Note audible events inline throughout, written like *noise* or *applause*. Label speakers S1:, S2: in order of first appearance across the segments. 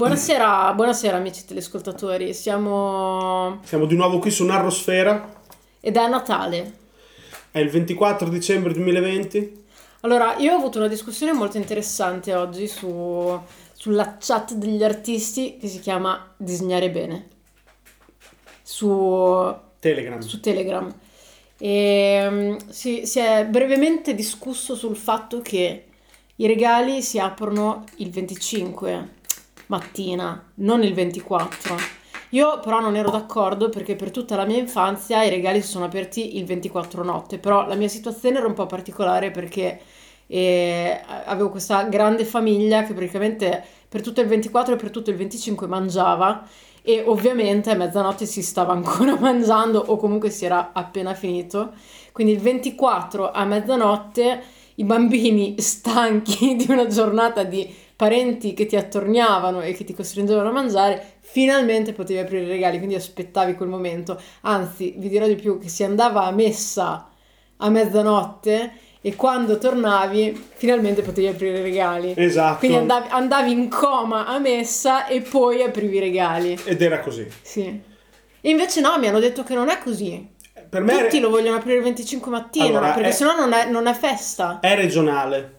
S1: Buonasera, buonasera amici telescoltatori, siamo...
S2: Siamo di nuovo qui su Narrosfera,
S1: ed è Natale.
S2: è il 24 dicembre 2020.
S1: Allora, io ho avuto una discussione molto interessante oggi su, sulla chat degli artisti che si chiama Disegnare Bene, su,
S2: Telegram.
S1: su Telegram. E, mm, si, si è brevemente discusso sul fatto che i regali si aprono il 25 mattina, non il 24. Io però non ero d'accordo perché per tutta la mia infanzia i regali si sono aperti il 24 notte, però la mia situazione era un po' particolare perché eh, avevo questa grande famiglia che praticamente per tutto il 24 e per tutto il 25 mangiava e ovviamente a mezzanotte si stava ancora *laughs* mangiando o comunque si era appena finito. Quindi il 24 a mezzanotte i bambini *laughs* stanchi di una giornata di parenti che ti attorniavano e che ti costringevano a mangiare, finalmente potevi aprire i regali, quindi aspettavi quel momento. Anzi, vi dirò di più che si andava a messa a mezzanotte e quando tornavi finalmente potevi aprire i regali.
S2: Esatto.
S1: Quindi andavi, andavi in coma a messa e poi aprivi i regali.
S2: Ed era così.
S1: Sì. E invece no, mi hanno detto che non è così.
S2: Per me
S1: Tutti
S2: è,
S1: lo vogliono aprire il 25 mattina,
S2: Allora, eh,
S1: perché
S2: è-
S1: sennò non è, non è festa.
S2: è regionale.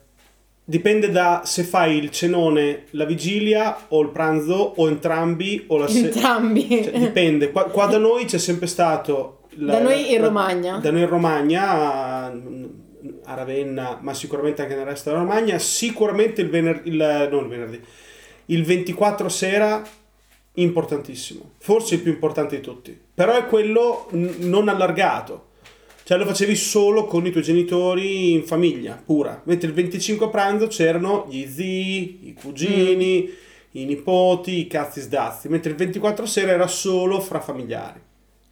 S2: Dipende da se fai il cenone la vigilia o il pranzo o entrambi o la sera.
S1: Entrambi.
S2: Cioè, dipende. Qua, qua da noi c'è sempre stato. la-
S1: Da noi in
S2: la-
S1: Romagna.
S2: Da noi in Romagna, a a Ravenna, ma sicuramente anche nel resto della Romagna. Sicuramente il venerdì, il, non il venerdì, il 24 sera, importantissimo. Forse il più importante di tutti. Però è quello n- non allargato. Cioè lo facevi solo con i tuoi genitori in famiglia, pura. Mentre il 25 a pranzo c'erano gli zii, i cugini, i nipoti, i cazzi sdazzi. Mentre il 24 sera era solo fra familiari.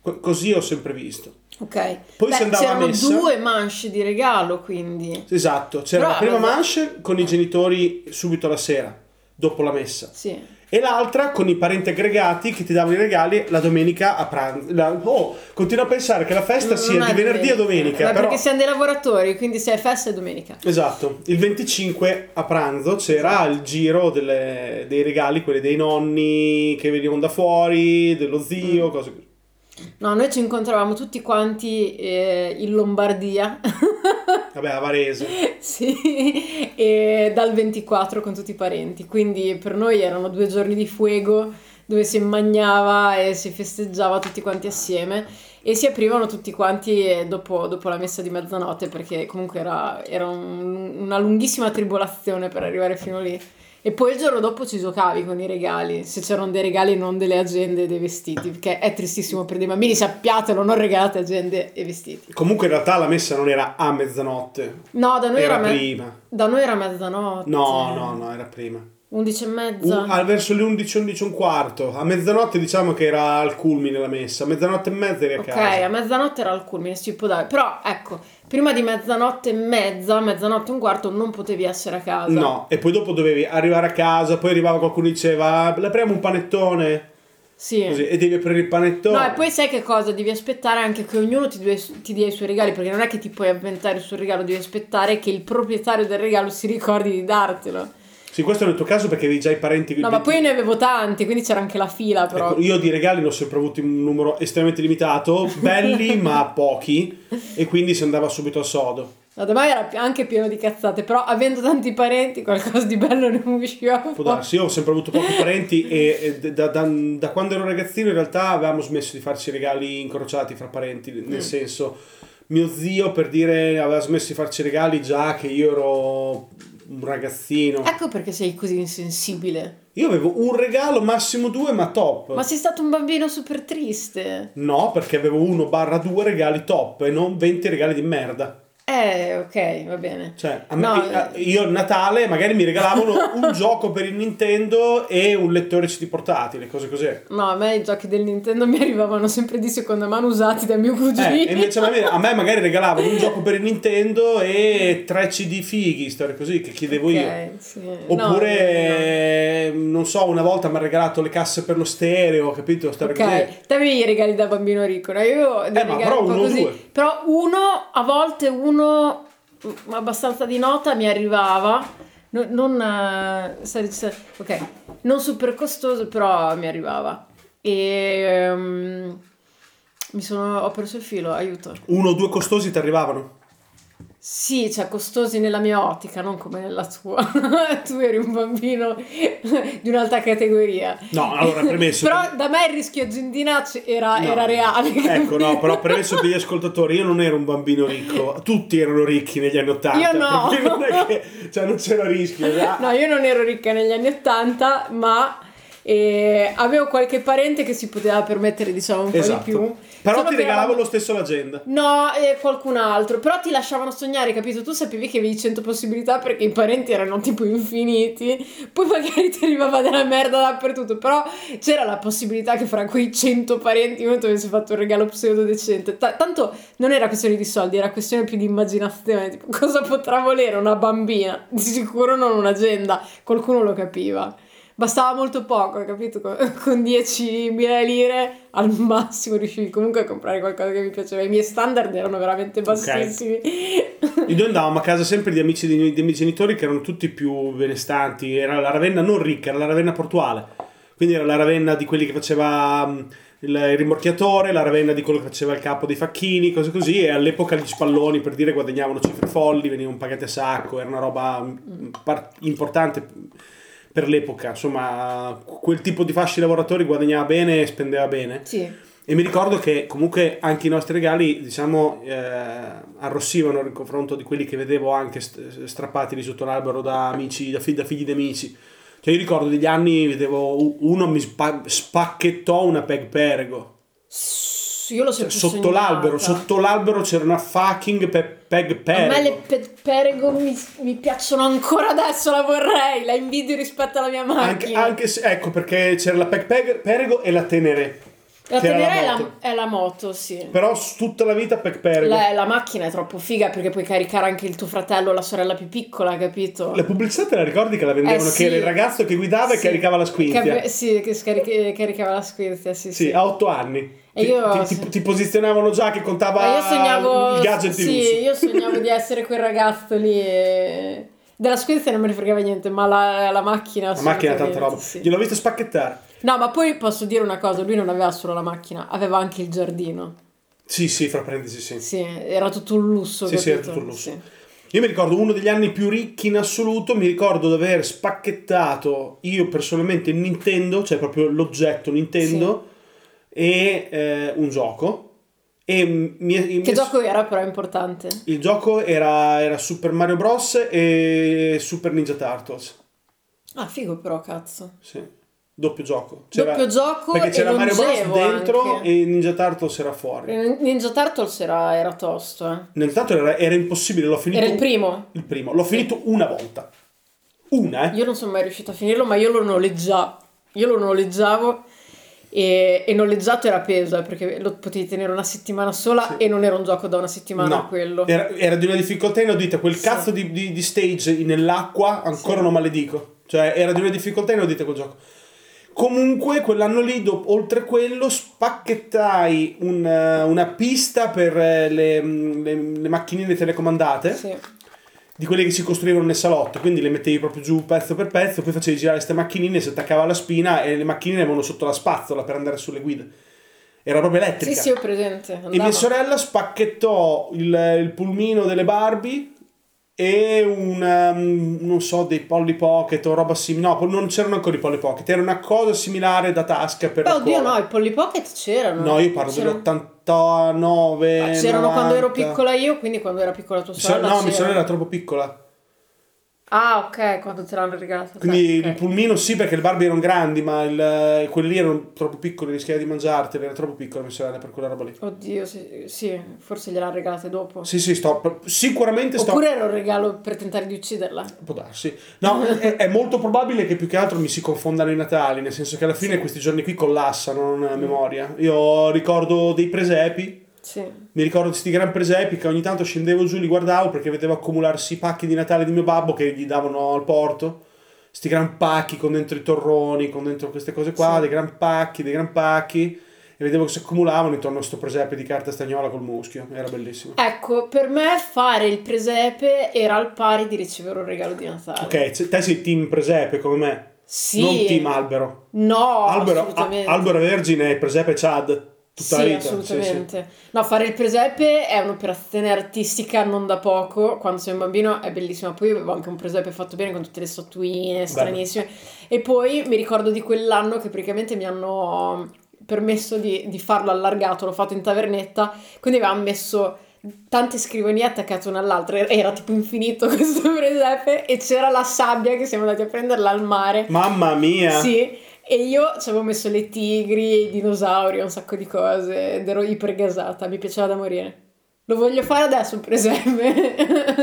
S2: Co- così ho sempre visto.
S1: *laughs* Ok.
S2: Poi si andava a
S1: c'erano
S2: messa.
S1: due manche di regalo, quindi.
S2: Esatto, c'era la
S1: Brava,
S2: prima
S1: esatto.
S2: manche con i genitori subito la sera, dopo la messa.
S1: Sì.
S2: E l'altra con i parenti aggregati che ti davano i regali la domenica a pranzo. La- Oh, continuo a pensare che la festa
S1: Non-
S2: sia
S1: non
S2: di
S1: è
S2: venerdì a domenica.
S1: Ma
S2: però...
S1: Perché siamo dei lavoratori, quindi se è festa è domenica.
S2: Esatto, il 25 a pranzo c'era il giro delle- dei regali, quelli dei nonni che venivano da fuori, dello
S1: Mm.
S2: zio, cose così.
S1: No, noi ci incontravamo tutti quanti eh, in Lombardia. *laughs*
S2: Vabbè, a Varese.
S1: Sì, e dal 24 con tutti i parenti, quindi per noi erano due giorni di fuego dove si mangiava e si festeggiava tutti quanti assieme e si aprivano tutti quanti eh, dopo, dopo la messa di mezzanotte perché comunque era, era un- una lunghissima tribolazione per arrivare fino lì. E poi il giorno dopo ci giocavi con i regali, se c'erano dei regali e non delle agende e dei vestiti, perché è tristissimo per dei bambini, sappiatelo, non regalate agende e vestiti.
S2: Comunque in realtà la messa non era a mezzanotte,
S1: No, da noi era,
S2: era
S1: me-
S2: prima.
S1: da noi era mezzanotte.
S2: No, no, no, era prima.
S1: 11 e
S2: U-
S1: mezza.
S2: ah, verso le 11, 11 e un quarto. A mezzanotte diciamo che era al culmine la messa, a mezzanotte e mezza eri a
S1: ok,
S2: casa.
S1: a mezzanotte era il culmine, si può dare. Però ecco, prima di mezzanotte e mezza, mezzanotte e un quarto non potevi essere a casa.
S2: No, e poi dopo dovevi arrivare a casa, poi arrivava qualcuno e diceva, "Ah, le apriamo un panettone?
S1: Sì.
S2: Così, e devi aprire il panettone.
S1: No, e poi sai che cosa? Devi aspettare anche che ognuno ti, due- ti dia i suoi regali, perché non è che ti puoi avventare il suo regalo, devi aspettare che il proprietario del regalo si ricordi di dartelo.
S2: Sì, questo nel tuo caso perché avevi già i parenti.
S1: No, ma poi io ne avevo tanti, quindi c'era anche la fila, però.
S2: Ecco, io di regali ne ho sempre avuti un numero estremamente
S1: *laughs*
S2: limitato, belli ma pochi, e quindi si andava subito al sodo.
S1: No, da me era pi- anche pieno di cazzate, però avendo tanti parenti qualcosa di bello non usciva.
S2: Può
S1: fuori.
S2: darsi, io ho sempre avuto pochi parenti e, e da, da- da quando ero ragazzino in realtà avevamo smesso di farci regali incrociati fra parenti,
S1: Mm.
S2: nel senso mio zio per dire aveva smesso di farci regali già che io ero un ragazzino.
S1: Ecco perché sei così insensibile.
S2: Io avevo un regalo, massimo due, ma top.
S1: Ma sei stato un bambino super triste.
S2: No, perché avevo uno barra due regali top e non 20 regali di merda.
S1: Eh, ok, va bene.
S2: Cioè, a
S1: No, eh.
S2: me- a- io a Natale magari mi regalavano
S1: *laughs*
S2: un gioco per il Nintendo e un lettore CD portatile, cose così. Eh,
S1: No, a me i giochi del Nintendo mi arrivavano sempre di seconda mano usati da mio cugino.
S2: e Eh, invece a me, a me magari regalavano un gioco per il Nintendo e tre CD fighi, storie così, che chiedevo
S1: Mm.
S2: io.
S1: Ok, sì. No, no.
S2: Oppure, non so, una volta mi ha regalato le casse per lo stereo, capito? Storie così.
S1: Ok, te avevi i regali da bambino ricco, no? Io avevo dei
S2: Eh, ma
S1: regali
S2: però
S1: un po'
S2: uno o
S1: così.
S2: due.
S1: Però uno, a volte uno mm, abbastanza di nota mi arrivava No- non, eh, sa- sa- ok, non super costoso, però mi arrivava. E ehm, mi sono, ho perso il filo, aiuto.
S2: Uno o due costosi ti arrivavano.
S1: Sì, cioè costosi nella mia ottica, non come nella tua. *laughs* tu eri un bambino di un'altra categoria.
S2: No, allora premesso.
S1: *laughs* Però da me il rischio aziendina c- era,
S2: No.
S1: Ah, era reale.
S2: Ecco, no,
S1: capito?
S2: però premesso per gli ascoltatori, io non ero un bambino ricco, *laughs* tutti erano ricchi negli anni Ottanta.
S1: Io no.
S2: per cui Non, è che, cioè, non c'era rischio. Ah,
S1: *laughs* No, io non ero ricca negli anni 80, ma eh, avevo qualche parente che si poteva permettere, diciamo, un
S2: esatto.
S1: po' di più.
S2: Però
S1: Solo
S2: ti
S1: che
S2: regalavo
S1: eravamo-
S2: lo stesso l'agenda.
S1: No, e qualcun altro, però ti lasciavano sognare, capito? Tu sapevi che avevi 100 possibilità perché i parenti erano tipo infiniti, poi magari ti arrivava della merda dappertutto, però c'era la possibilità che fra quei 100 parenti uno ti avesse fatto un regalo pseudo decente. Ta- tanto non era questione di soldi, era questione più di immaginazione, tipo *laughs* cosa potrà volere una bambina? Di sicuro non un'agenda, qualcuno lo capiva. Bastava molto poco, capito? Con *laughs* con 10.000 lire al massimo riuscivi comunque a comprare qualcosa che mi piaceva. I miei standard erano veramente bassissimi.
S2: Io andavamo a casa sempre di amici di- dei miei genitori che erano tutti più benestanti. Era la Ravenna non ricca, era la Ravenna portuale. Quindi era la Ravenna di quelli che faceva mh, il il rimorchiatore, la Ravenna di quello che faceva il capo dei facchini, cose così. E all'epoca gli spalloni, per dire, guadagnavano cifre folli, venivano pagati a sacco. Era una roba mh, par- importante per l'epoca. Insomma, quel tipo di fasci lavoratori guadagnava bene e spendeva bene.
S1: Sì.
S2: E mi ricordo che comunque anche i nostri regali, diciamo, eh, arrossivano in confronto di quelli che vedevo anche st- strappati lì sotto l'albero da amici, da, fi- da figli di amici. Cioè io ricordo degli anni, vedevo u- uno mi spa- spacchettò una peg perego.
S1: S- Io l'ho
S2: Cioè,
S1: sempre
S2: sotto
S1: sognata.
S2: l'albero, sotto l'albero c'era una fucking pe- peg
S1: A
S2: perego.
S1: me le pe- perego mi, mi piacciono ancora adesso, la vorrei, la invidio rispetto alla mia
S2: Anche,
S1: macchina.
S2: anche se, ecco perché c'era la peg peg- perego e la tenere.
S1: la
S2: che era
S1: tenera è,
S2: la
S1: la,
S2: moto.
S1: è la moto, sì.
S2: Però s- tutta la vita peg perego.
S1: La, la macchina è troppo figa perché puoi caricare anche il tuo fratello o la sorella più piccola, capito?
S2: La pubblicità te la ricordi che la
S1: Eh,
S2: vendevano?
S1: sì.
S2: Che era il ragazzo che guidava e
S1: Sì.
S2: caricava la squinzia.
S1: Che ave- sì, che scarica- caricava la squinzia, sì, sì.
S2: Sì, ah, a 8 anni.
S1: E
S2: Ti,
S1: io-
S2: ti- ti- ti posizionavano già che contava
S1: Ma io sognavo...
S2: il gadget di uso.
S1: Sì, io sognavo di essere quel ragazzo lì e... Della squinzia non me ne fregava niente, ma la, la macchina...
S2: La macchina ha tanta
S1: assolutamente,
S2: roba.
S1: sì.
S2: Gliel'ho visto spacchettare.
S1: No, ma poi posso dire una cosa, lui non aveva solo la macchina, aveva anche il giardino.
S2: Sì, sì, fra parentesi, sì.
S1: Sì, era tutto un lusso.
S2: Sì, sì, era
S1: capito?
S2: tutto un lusso.
S1: Sì.
S2: Io mi ricordo uno degli anni più ricchi in assoluto, mi ricordo di aver spacchettato io personalmente il Nintendo, cioè proprio l'oggetto Nintendo, e eh, un gioco. E mi,
S1: Che gioco era però importante?
S2: Il gioco era, era Super Mario Bros. e Super Ninja Turtles.
S1: Ah, figo però, cazzo.
S2: Sì. Doppio gioco.
S1: Doppio gioco
S2: Perché c'era
S1: e
S2: Mario Bros.
S1: longevo
S2: dentro
S1: anche.
S2: e Ninja Turtles era fuori.
S1: Ninja Turtles era, era tosto, eh.
S2: Ninja Turtles era, era impossibile, l'ho finito.
S1: Era il primo.
S2: il primo. L'ho finito una volta. Una, eh?
S1: Io non sono mai riuscita a finirlo, ma io lo noleggiavo. Io lo noleggiavo e, e noleggiato era peso, eh, perché lo potevi tenere una settimana sola
S2: Sì.
S1: e non era un gioco da una settimana
S2: No,
S1: quello.
S2: era, era di una difficoltà inodita. Quel
S1: Sì.
S2: cazzo di, di- di stage nell'acqua ancora
S1: Sì.
S2: non maledico. Cioè, era di una difficoltà inodita quel gioco. Comunque, quell'anno lì, dop- oltre quello, spacchettai un, eh, una pista per eh, le, mm, le- le macchinine telecomandate.
S1: Sì.
S2: di quelle che si costruivano nel salotto, quindi le mettevi proprio giù pezzo per pezzo, poi facevi girare queste macchinine, si attaccava alla spina e le macchine avevano sotto la spazzola per andare sulle guide. Era proprio elettrica.
S1: sì, sì, ho presente.
S2: e
S1: andava.
S2: mia sorella spacchettò il, il pulmino delle Barbie e un, um, non so, dei Polly Pocket o roba simile. No, non c'erano ancora i Polly Pocket, era una cosa similare da tasca per
S1: Beh,
S2: la
S1: oddio,
S2: scuola.
S1: no, i Polly Pocket c'erano.
S2: No, io parlo
S1: C'erano-
S2: dell'89.
S1: Ah, C'erano quando ero
S2: 90.
S1: piccola io, quindi quando era piccola tua
S2: Mi sa-
S1: sorella.
S2: no, mia
S1: c'era.
S2: sorella era troppo piccola.
S1: Ah, ok, quando te l'hanno regalato.
S2: Quindi
S1: ok.
S2: il pulmino sì, perché le Barbie erano grandi, ma il, quelli lì erano troppo piccoli, rischiava di mangiartele, era troppo piccola mia sorella per quella roba lì.
S1: Oddio, sì, sì, forse gliel'hanno regalate dopo.
S2: Sì, sì, sto, sicuramente sto...
S1: Oppure era un regalo per tentare di ucciderla.
S2: Può darsi. No, è, è molto probabile che più che altro mi si confondano i Natali, nel senso che alla fine questi giorni qui collassano
S1: Mm.
S2: non a memoria. Io ricordo dei presepi,
S1: Sì.
S2: mi ricordo di questi gran presepi che ogni tanto scendevo giù, li guardavo perché vedevo accumularsi i pacchi di Natale di mio babbo che gli davano al porto. Sti gran pacchi con dentro i torroni, con dentro queste cose qua,
S1: Sì.
S2: dei gran pacchi, dei gran pacchi. e vedevo che si accumulavano intorno a sto presepe di carta stagnola col muschio. Era bellissimo.
S1: Ecco, per me fare il presepe era al pari di ricevere un regalo di Natale.
S2: Ok, se- te sei team presepe come me,
S1: Sì.
S2: non team albero.
S1: No,
S2: albero,
S1: assolutamente.
S2: a- albero vergine e presepe Chad tutta la
S1: sì,
S2: vita.
S1: assolutamente. No, fare il presepe è un'operazione artistica non da poco. Quando sei un bambino è bellissima. Poi avevo anche un presepe fatto bene con tutte le statuine stranissime. E poi mi ricordo di quell'anno che praticamente mi hanno permesso di, di farlo allargato. L'ho fatto in tavernetta. Quindi avevamo messo tante scrivanie attaccate una all'altra. Era tipo infinito *laughs* questo presepe. E c'era la sabbia che siamo andati a prenderla al mare.
S2: Sì. Mamma mia!
S1: Sì, e io ci avevo messo le tigri, i dinosauri, un sacco di cose ed ero ipergasata, mi piaceva da morire. Lo voglio fare adesso il presepe.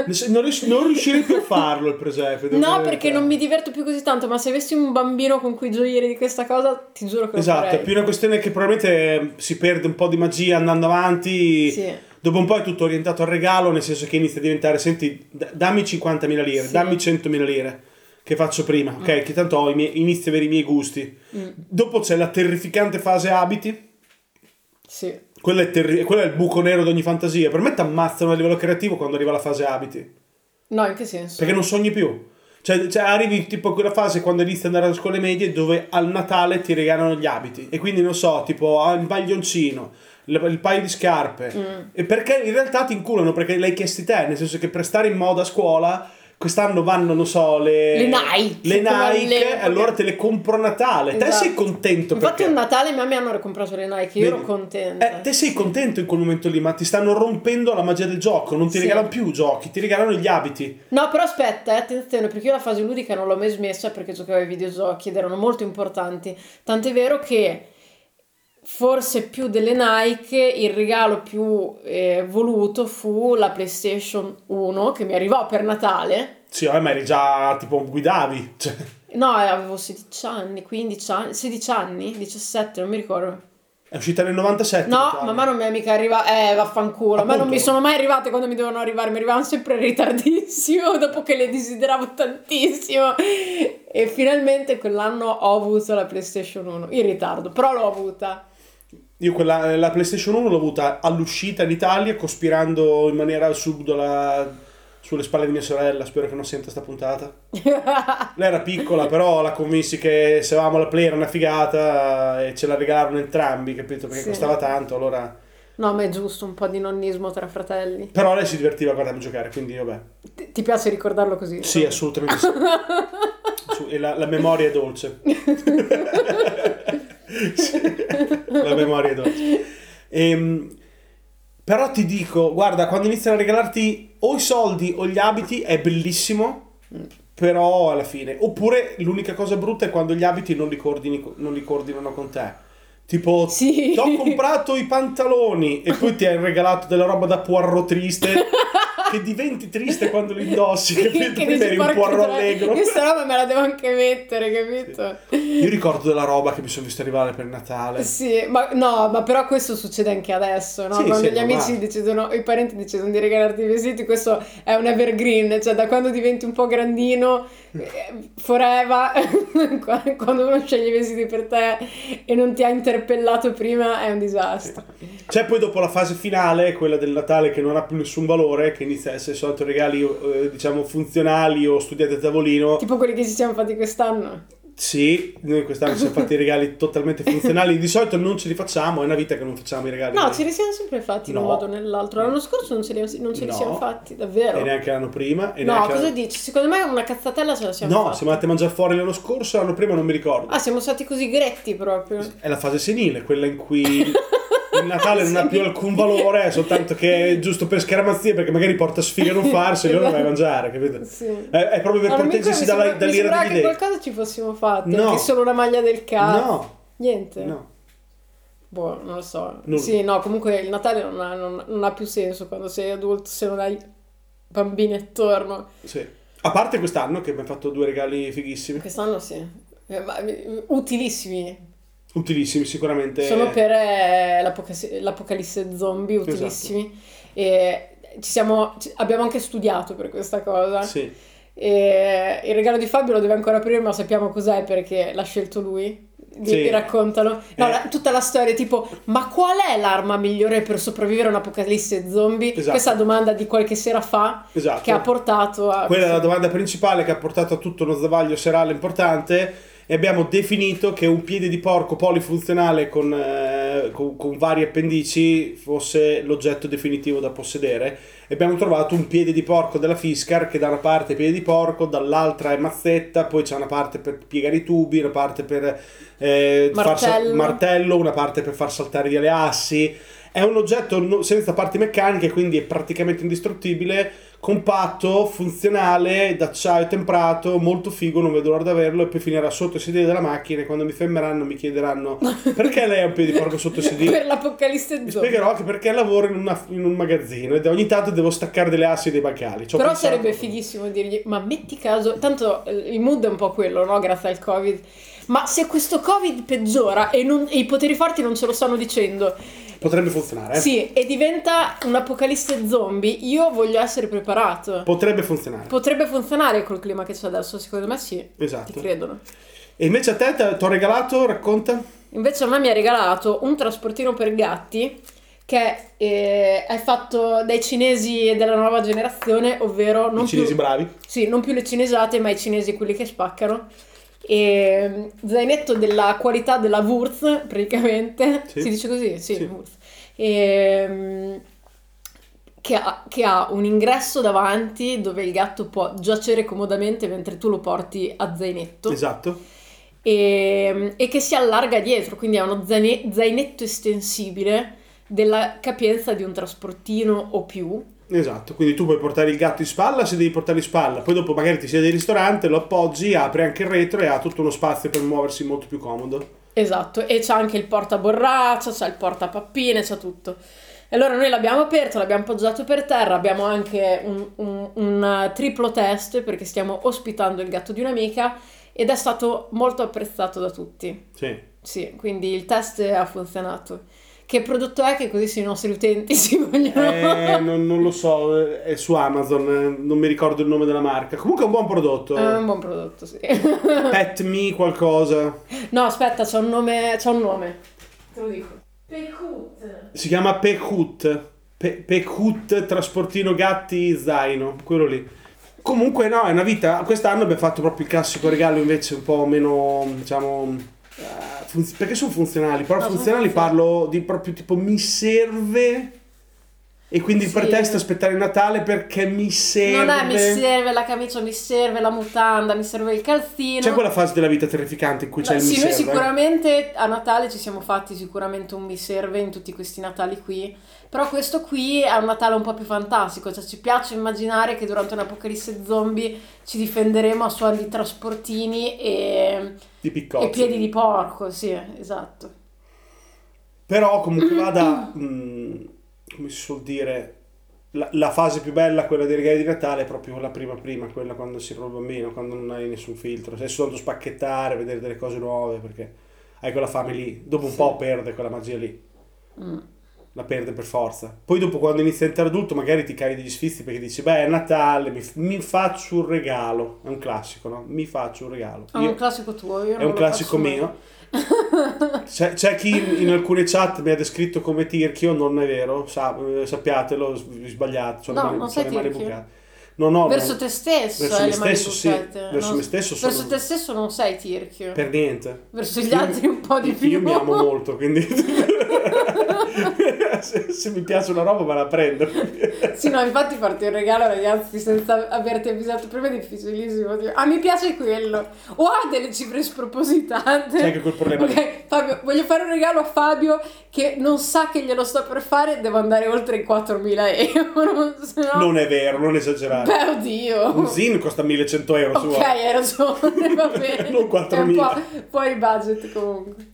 S2: Ne- Non, rius- non riuscirei più a farlo il presepe. devo
S1: no,
S2: dire la
S1: perché
S2: verità.
S1: non mi diverto più così tanto, ma se avessi un bambino con cui gioire di questa cosa, ti giuro che lo
S2: Esatto,
S1: farei.
S2: è più una questione che probabilmente eh, si perde un po' di magia andando avanti.
S1: Sì.
S2: Dopo un po' è tutto orientato al regalo, nel senso che inizia a diventare, senti, d- dammi 50.000 lire,
S1: Sì.
S2: dammi 100.000 lire, che faccio prima, ok? Che tanto ho i miei- inizio a avere i miei gusti.
S1: Mm,
S2: Dopo c'è la terrificante fase abiti,
S1: sì.
S2: Quello è, terri- quello è il buco nero di ogni fantasia. Per me ti ammazzano a livello creativo quando arriva la fase abiti.
S1: No, in che senso?
S2: Perché non sogni più. Cioè, cioè, arrivi tipo a quella fase quando inizi ad andare alle scuole medie dove al Natale ti regalano gli abiti. E quindi non so, tipo ah, il baglioncino, il, il paio di scarpe.
S1: Mm.
S2: E perché in realtà ti inculano perché l'hai chiesti te, nel senso che per stare in moda a scuola quest'anno vanno, non so, le,
S1: Le Nike,
S2: le
S1: come
S2: Nike,
S1: all'epoca.
S2: allora te le compro a Natale. Te
S1: Esatto.
S2: sei contento
S1: Infatti
S2: perché...
S1: un Natale a me mi hanno comprato le Nike, io
S2: Vedi?
S1: ero contenta.
S2: Eh, te sei contento in quel momento lì, ma ti stanno rompendo la magia del gioco, non ti
S1: Sì.
S2: regalano più giochi, ti regalano gli abiti.
S1: No, però aspetta, eh, attenzione, perché io la fase ludica non l'ho mai smessa perché giocavo ai videogiochi ed erano molto importanti. Tant'è vero che forse più delle Nike il regalo più eh, voluto fu la PlayStation 1 che mi arrivò per Natale.
S2: Sì, vabbè, ma eri già tipo guidavi. Cioè,
S1: No, eh, avevo 16 anni, 15 anni, 16 anni, 17, non mi ricordo.
S2: è uscita nel 97.
S1: No,
S2: l'Italia.
S1: ma a me non mi è mica arrivata. Eh, vaffanculo. A me non
S2: Appunto.
S1: mi sono mai arrivate quando mi dovevano arrivare. Mi arrivavano sempre ritardissimo *laughs* dopo che le desideravo tantissimo. E finalmente quell'anno ho avuto la PlayStation 1. In ritardo, però l'ho avuta. *laughs*
S2: Io quella, eh, la PlayStation 1 l'ho avuta all'uscita in Italia, cospirando in maniera subdola sulle spalle di mia sorella. Spero che non senta sta puntata. Lei era piccola, però la convinsi che se avevamo la play era una figata eh, e ce la regalarono entrambi, capito? Perché
S1: Sì.
S2: costava tanto, allora...
S1: No, ma è giusto un po' di nonnismo tra fratelli.
S2: Però lei si divertiva a guardarmi giocare, quindi vabbè.
S1: Ti, ti piace ricordarlo così? *laughs*
S2: Sì, assolutamente sì. Su- e la, la memoria è dolce. *laughs* Sì, la memoria è dolce. Ehm, però ti dico, guarda, quando iniziano a regalarti o i soldi o gli abiti è bellissimo,
S1: Mm.
S2: però alla fine. Oppure l'unica cosa brutta è quando gli abiti non li, coordini co- non li coordinano con te. Tipo,
S1: Sì.
S2: ti ho comprato i pantaloni e poi ti hai regalato della roba da
S1: *laughs*
S2: puarro triste. che diventi triste quando li indossi,
S1: Sì,
S2: capito?
S1: che
S2: Prima
S1: dici,
S2: eri un
S1: "Porca
S2: puarro
S1: troia,
S2: allegro.
S1: Questa roba me la devo anche mettere, capito?
S2: Io ricordo della roba che mi sono visto arrivare per Natale.
S1: Sì, ma no, ma però questo succede anche adesso, no?
S2: Sì,
S1: quando
S2: sì,
S1: gli amici
S2: normale.
S1: decidono, i parenti decidono di regalarti i vestiti, questo è un evergreen, cioè da quando diventi un po' grandino,
S2: Mm.
S1: eh, forever, *laughs* qua- quando uno sceglie i vestiti per te e non ti ha interpellato prima è un disastro.
S2: C'è poi dopo la fase finale, quella del Natale che non ha più nessun valore, che inizia a essere soltanto regali, eh, diciamo, funzionali o studiati a tavolino.
S1: Tipo quelli che ci siamo fatti quest'anno.
S2: Sì, noi quest'anno ci siamo fatti i regali totalmente funzionali. Di solito non ce li facciamo, è una vita che non facciamo i regali.
S1: No, ce li siamo sempre fatti in un
S2: Ah, No.
S1: modo o nell'altro. L'anno scorso non ce li, non ce li
S2: No.
S1: siamo fatti,
S2: E
S1: davvero.
S2: neanche l'anno prima. E
S1: No,
S2: neanche
S1: cosa
S2: l'anno-
S1: dici? Secondo me una cazzatella ce la siamo
S2: No,
S1: fatti.
S2: siamo andati a mangiare fuori l'anno scorso, l'anno prima non mi ricordo.
S1: Ah, siamo stati così gretti proprio.
S2: È la fase senile, quella in cui il Natale non ha più alcun valore, è soltanto che è giusto per schermazzia, perché magari porta
S1: *laughs*
S2: sfiga a non farselo e allora vai a mangiare, capito?
S1: Sì.
S2: È, è proprio Eh, per
S1: Allora, mi
S2: proteggersi
S1: sembra-
S2: dalla,
S1: mi
S2: dall'ira
S1: sembrava
S2: degli
S1: che
S2: dei.
S1: qualcosa ci fossimo fatti,
S2: No.
S1: anche solo una maglia del cazzo.
S2: No,
S1: Niente.
S2: no.
S1: Boh, non lo so.
S2: Nulla.
S1: Sì, no, comunque il Natale non ha, non- non ha più senso quando sei adulto, se non hai bambini attorno.
S2: Sì. A parte quest'anno che mi ha fatto due regali fighissimi,
S1: Quest'anno sì. Eh, ma- eh, utilissimi.
S2: utilissimi sicuramente.
S1: Sono per eh, l'apoca- l'apocalisse zombie,
S2: Esatto.
S1: utilissimi. E ci siamo, ci- abbiamo anche studiato per questa cosa.
S2: Sì.
S1: E il regalo di Fabio lo deve ancora aprire, ma sappiamo cos'è perché l'ha scelto lui. di-
S2: Sì.
S1: raccontalo. No,
S2: Eh.
S1: la- tutta la storia tipo, ma qual è l'arma migliore per sopravvivere a un'apocalisse zombie?
S2: Esatto.
S1: Questa domanda di qualche sera fa
S2: Esatto.
S1: che ha portato a...
S2: Quella è la domanda principale che ha portato a tutto uno sdavaglio serale importante e abbiamo definito che un piede di porco polifunzionale con, eh, con, con vari appendici fosse l'oggetto definitivo da possedere e abbiamo trovato un piede di porco della Fiscar che da una parte è piede di porco, dall'altra è mazzetta, poi c'è una parte per piegare i tubi, una parte per eh, far sa-
S1: Martello.
S2: martello, una parte per far saltare via le assi. È un oggetto no- senza parti meccaniche, quindi è praticamente indistruttibile compatto, funzionale, d'acciaio temperato, molto figo, non vedo l'ora di averlo e poi finirà sotto i sedili della macchina e quando mi fermeranno mi chiederanno perché lei ha un piede di porco sotto
S1: *laughs*
S2: i sedili.
S1: per l'apocalisse
S2: Mi
S1: zombie.
S2: spiegherò anche perché lavoro in, una- in un magazzino ed ogni tanto devo staccare delle assi dei bancali. Ci ho
S1: Però
S2: pensato.
S1: sarebbe fighissimo dirgli, ma metti caso, tanto eh, il mood è un po' quello, no? Grazie al Covid. Ma se questo Covid peggiora e, non- e i poteri forti non ce lo stanno dicendo,
S2: Potrebbe funzionare. eh.
S1: sì, e diventa un'apocalisse zombie, io voglio essere preparato.
S2: Potrebbe funzionare.
S1: Potrebbe funzionare col clima che c'è adesso, secondo me sì, ti
S2: esatto.
S1: credono.
S2: E invece a te ti ho regalato, racconta.
S1: Invece a me mi ha regalato un trasportino per gatti che eh, è fatto dai cinesi e della nuova generazione, ovvero non
S2: I cinesi
S1: più...
S2: bravi.
S1: Sì, non più le cinesate, ma i cinesi quelli che spaccano. E mm, zainetto della qualità della Wurz, praticamente.
S2: Sì.
S1: Si dice così? Sì,
S2: Sì.
S1: Wurz. Ehm, che, ha, che ha un ingresso davanti dove il gatto può giacere comodamente mentre tu lo porti a zainetto.
S2: Esatto.
S1: Ehm, e che si allarga dietro, quindi ha uno zaine- zainetto estensibile della capienza di un trasportino o più.
S2: Esatto, quindi tu puoi portare il gatto in spalla se devi portare in spalla, poi dopo magari ti siedi al ristorante, lo appoggi, apri anche il retro e ha tutto uno spazio per muoversi molto più comodo.
S1: Esatto, e c'è anche il portaborraccia, c'è il portapappine, c'è tutto. E Allora noi l'abbiamo aperto, l'abbiamo poggiato per terra, abbiamo anche un, un- un triplo test perché stiamo ospitando il gatto di un'amica ed è stato molto apprezzato da tutti.
S2: Sì.
S1: *laughs* Sì, quindi il test ha funzionato. Che prodotto è che così se i nostri utenti *laughs* si vogliono...
S2: Eh, non, non lo so, eh, è su Amazon, eh, non mi ricordo il nome della marca. Comunque è un buon prodotto.
S1: È Eh, un buon prodotto, sì. *laughs*
S2: Pet Me qualcosa.
S1: no, aspetta, c'è un nome, c'è un nome. Te lo dico. Pecut.
S2: Si chiama Pecut. Pe- Pecut trasportino gatti zaino, quello lì. Comunque no, è una vita. Quest'anno abbiamo fatto proprio il classico regalo invece un po' meno, diciamo, eh, funz- perché sono funzionali, però
S1: No, sono
S2: funzionali
S1: funzionali.
S2: parlo di proprio tipo mi serve e quindi il
S1: Sì.
S2: pretesto è aspettare il Natale perché mi serve.
S1: Non è mi serve la camicia, mi serve la mutanda, mi serve il calzino.
S2: C'è quella fase della vita terrificante in cui c'è
S1: No,
S2: il mi
S1: sì, noi
S2: serve. eh,
S1: sicuramente a Natale ci siamo fatti sicuramente un mi serve in tutti questi Natali qui, però questo qui è un Natale un po' più fantastico, cioè ci piace immaginare che durante un'apocalisse zombie ci difenderemo a suon di trasportini e,
S2: Di
S1: e
S2: piccolo.
S1: piedi di porco, sì, esatto.
S2: Però comunque vada,
S1: *clears throat*
S2: mh, come si suol dire, la, la fase più bella, quella dei regali di Natale, è proprio quella prima prima, quella quando si roba il bambino, quando non hai nessun filtro. Sei soltanto spacchettare, vedere delle cose nuove, perché hai quella fame lì. Dopo un
S1: Sì.
S2: po' perde quella magia lì,
S1: Mm.
S2: la perde per forza. Poi dopo quando inizi a entrare adulto magari ti cavi degli sfizi perché dici, beh è Natale, mi, f- mi faccio un regalo. È un classico, no? Mi faccio un regalo.
S1: È
S2: Io-
S1: un classico tuo, io
S2: è
S1: non
S2: un
S1: lo
S2: classico
S1: faccio mai.
S2: mio. C'è, c'è chi in, in alcune chat mi ha descritto come tirchio, non è vero, sa- eh, sappiatelo, s- vi sbagliate, sono
S1: No,
S2: le mani,
S1: non
S2: c'ho le
S1: sei
S2: mani
S1: tirchio.
S2: bucate. No, no,
S1: Verso
S2: no,
S1: te stesso,
S2: verso
S1: eh,
S2: me
S1: le mani
S2: stesso, sì,
S1: bucate,
S2: verso
S1: no?
S2: me stesso sono-
S1: Verso te stesso non sei tirchio.
S2: per niente.
S1: Verso gli
S2: Io-
S1: altri un po' di più.
S2: Io mi amo molto, quindi se, se mi piace una roba me la prendo.
S1: *laughs* Sì, no, infatti farti un regalo, ragazzi, senza averti avvisato prima è difficilissimo. Tipo, Ah, mi piace quello. O ha delle cifre spropositate.
S2: C'è anche quel problema lì.
S1: Ok, Fabio, voglio fare un regalo a Fabio che non sa che glielo sto per fare e devo andare oltre i 4.000 euro. *laughs* Se no...
S2: Non è vero, non esagerare.
S1: Beh, oddio.
S2: Un zin costa 1100 euro su
S1: Ok, hai ragione,
S2: *laughs*
S1: va bene.
S2: Non 4.000.
S1: È un po' fuori budget comunque.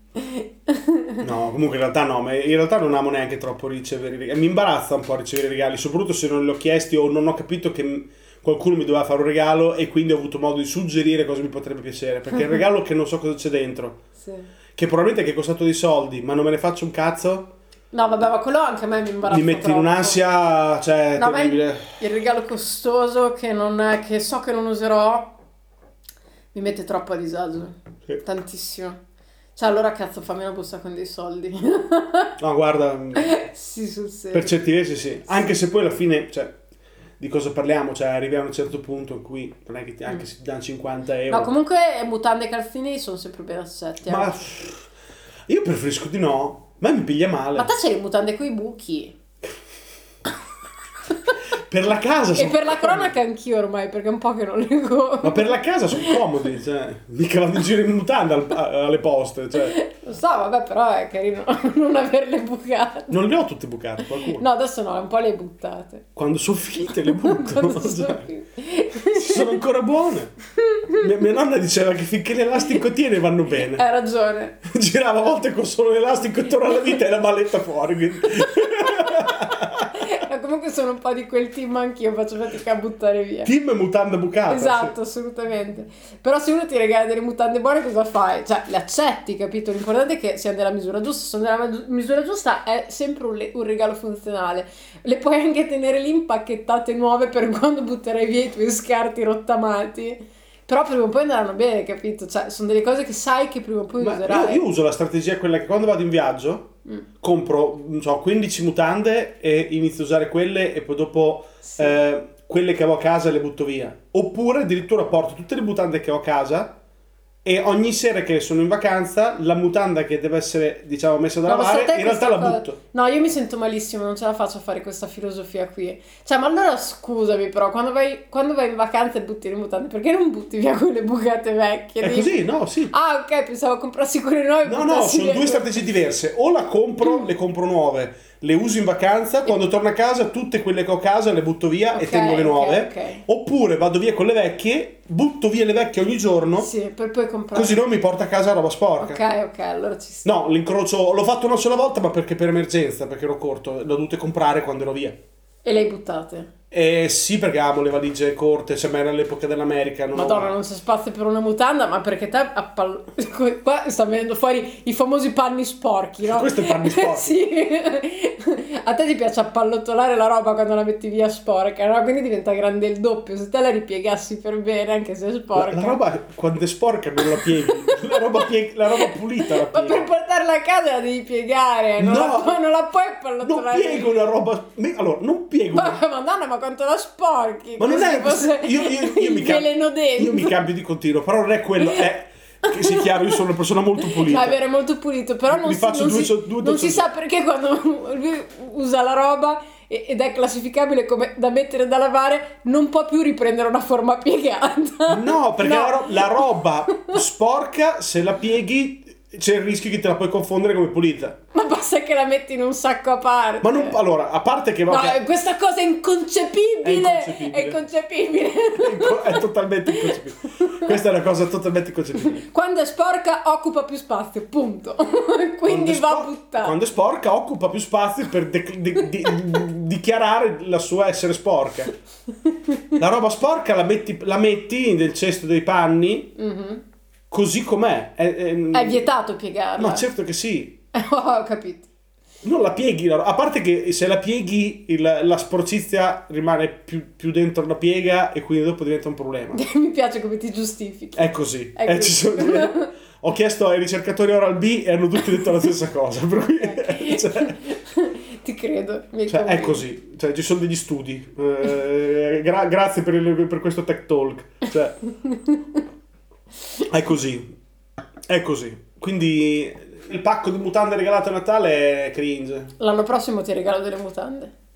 S2: No, comunque in realtà no, ma in realtà non amo neanche troppo ricevere i regali. Mi imbarazza un po' ricevere i regali, soprattutto se non li ho chiesti o non ho capito che m- qualcuno mi doveva fare un regalo e quindi ho avuto modo di suggerire cosa mi potrebbe piacere. Perché
S1: *laughs*
S2: il regalo che non so cosa c'è dentro,
S1: Sì.
S2: che probabilmente che è costato dei soldi, ma non me ne faccio un cazzo,
S1: No, vabbè, ma quello anche a me mi imbarazza
S2: mi metti in
S1: troppo.
S2: un'ansia, cioè,
S1: No, ma
S2: terribile.
S1: il, il regalo costoso che, non- che so che non userò mi mette troppo a disagio.
S2: Sì.
S1: Tantissimo. Cioè, allora cazzo, fammi una busta con dei
S2: *laughs*
S1: soldi. *laughs*
S2: No, guarda, mh,
S1: sì, sul serio.
S2: per certi versi sì. Anche se poi alla fine, cioè, di cosa parliamo? Cioè, arriviamo a un certo punto in cui non è che ti- anche se ti danno 50 euro.
S1: Mm. No, comunque mutande e calzini sono sempre ben accetti. eh.
S2: ma
S1: Ma,
S2: pff, io preferisco di no. Ma mi piglia male.
S1: te c'è le mutande coi buchi.
S2: Per la casa
S1: E
S2: sono
S1: per la
S2: comodi.
S1: cronaca anch'io ormai, perché è un po' che non le compro.
S2: Ma per la casa sono comodi, cioè, mica vado in giro in mutanda al- a- alle poste, cioè.
S1: Lo so, vabbè, però è carino *laughs* non averle bucate.
S2: Non le ho tutte bucate, qualcuno.
S1: No, adesso no, un po' le buttate.
S2: Quando sono finite le butto.
S1: Quando
S2: cioè.
S1: sono finite.
S2: sono ancora buone. Mia, mia nonna diceva che finché l'elastico tiene vanno bene.
S1: Hai ragione.
S2: Girava a volte con solo l'elastico intorno alla vita e la balletta fuori. quindi-
S1: *laughs* Ma comunque sono un po' di quel team anch'io, faccio fatica a buttare via.
S2: Tim e mutanda bucata.
S1: Esatto, assolutamente. Però se uno ti regala delle mutande buone, cosa fai? Cioè, le accetti, capito? L'importante è che siano della misura giusta. Se sono della ma- misura giusta è sempre un, le- un regalo funzionale. Le puoi anche tenere lì impacchettate nuove per *laughs* quando butterai via i tuoi scarti rottamati. Però prima o poi andranno bene, capito? Cioè, sono delle cose che sai che prima o
S2: sì.
S1: poi
S2: Ma io,
S1: userai.
S2: io uso la strategia quella che quando vado in viaggio
S1: Mm.
S2: compro, non so, 15 mutande e inizio a usare quelle e poi dopo
S1: Sì.
S2: eh, quelle che ho a casa le butto via. Oppure addirittura porto tutte le mutande che ho a casa e ogni sera che sono in vacanza la mutanda che deve essere, diciamo, messa da
S1: No, ma
S2: lavare,
S1: secondo te
S2: in realtà la
S1: questa cosa-
S2: butto.
S1: No, io mi sento malissimo, non ce la faccio a fare questa filosofia qui. Cioè, ma allora scusami, però, quando vai, quando vai in vacanza e butti le mutande, perché non butti via quelle bucate vecchie?
S2: È
S1: Dici-
S2: così, no, sì.
S1: Ah, ok, pensavo comprassi quelle nuove. e
S2: No, no,
S1: buttassi
S2: sono
S1: via
S2: due
S1: quelle-
S2: strategie diverse. O la
S1: Mm.
S2: compro, le compro nuove, le uso in vacanza, quando torno a casa tutte quelle che ho a casa le butto via e
S1: Ok,
S2: tengo le
S1: ok,
S2: nuove.
S1: ok.
S2: Oppure vado via con le vecchie, butto via le vecchie ogni giorno,
S1: Sì, per poi comprare.
S2: così non mi porta a casa roba sporca.
S1: Ok, ok, allora ci sta.
S2: No, l'incrocio l'ho fatto una sola volta, ma perché per emergenza, perché ero corto, l'ho dovuto comprare quando ero via.
S1: E le hai buttate.
S2: Eh sì, perché amo le valigie corte, cioè ma era l'epoca dell'America, no?
S1: Madonna, non c'è spazio per una mutanda, ma perché te appall... *laughs* Qua sta venendo fuori i famosi panni sporchi, no?
S2: Questo è
S1: *laughs*
S2: il panni sporco.
S1: sì. A te ti piace appallottolare la roba quando la metti via sporca, no? Quindi diventa grande il doppio. Se te la ripiegassi per bene, anche se è
S2: La,
S1: sporca. *laughs*
S2: la roba quando è sporca non la pieghi, *laughs* la, roba pie- la roba pulita la
S1: Ma
S2: pieghi.
S1: per portarla a casa la devi piegare, non,
S2: No.
S1: la, pu- non la puoi
S2: Non
S1: appallottolare. *laughs*
S2: piego una roba. me- Allora, non piego.
S1: Ma
S2: una-
S1: madonna, ma quanto la sporchi!
S2: Ma non
S1: come
S2: è.
S1: se fosse
S2: Io, io- io
S1: il *laughs*
S2: mi
S1: veleno
S2: cambio,
S1: dentro.
S2: io mi cambio di continuo, però non è quello. È che sia chiaro, io sono una persona molto
S1: *laughs*
S2: pulita.
S1: Ma è vero, è molto pulito, però non,
S2: Mi
S1: si,
S2: faccio
S1: non
S2: due
S1: si-
S2: so- due
S1: non si
S2: docce-
S1: sa perché quando *laughs* lui usa la roba e- ed è classificabile come da mettere da lavare, non può più riprendere una forma piegata.
S2: No, perché
S1: No.
S2: La, ro- la roba sporca, se la pieghi, c'è il rischio che te la puoi confondere come pulita.
S1: Ma basta che la metti in un sacco a parte.
S2: Ma non. Allora, a parte che.
S1: No,
S2: vabbè,
S1: eh, questa cosa è inconcepibile!
S2: È inconcepibile.
S1: È inconcepibile. *laughs*
S2: *laughs* è totalmente inconcepibile. Questa è una cosa totalmente inconcepibile.
S1: Quando è sporca occupa più spazio, punto. *laughs* Quindi
S2: Quando è
S1: va
S2: spor-
S1: buttata.
S2: Quando è sporca occupa più spazio per de- de- di- dichiarare la sua essere sporca. La roba sporca la metti, la metti nel cesto dei panni
S1: Mhm.
S2: così com'è. È, è-
S1: È vietato piegarla.
S2: No, certo che sì.
S1: Oh, *laughs* ho capito.
S2: Non la pieghi, la ro- a parte che se la pieghi il- la sporcizia rimane più, più dentro la piega e quindi dopo diventa un problema.
S1: Mi piace come ti giustifichi.
S2: È così.
S1: *laughs* È
S2: Eh,
S1: così.
S2: ci sono- *laughs* Ho chiesto ai ricercatori Oral B e hanno tutti detto la stessa cosa. Per
S1: *laughs*
S2: cui, *laughs* cioè-
S1: Ti credo. mi hai
S2: Cioè, è
S1: convinto.
S2: così, cioè, ci sono degli studi. Eh, gra- grazie per, il- per questo tech talk. Cioè, è così, è così. Quindi il pacco di mutande regalate a Natale è cringe.
S1: L'anno prossimo ti regalo delle mutande.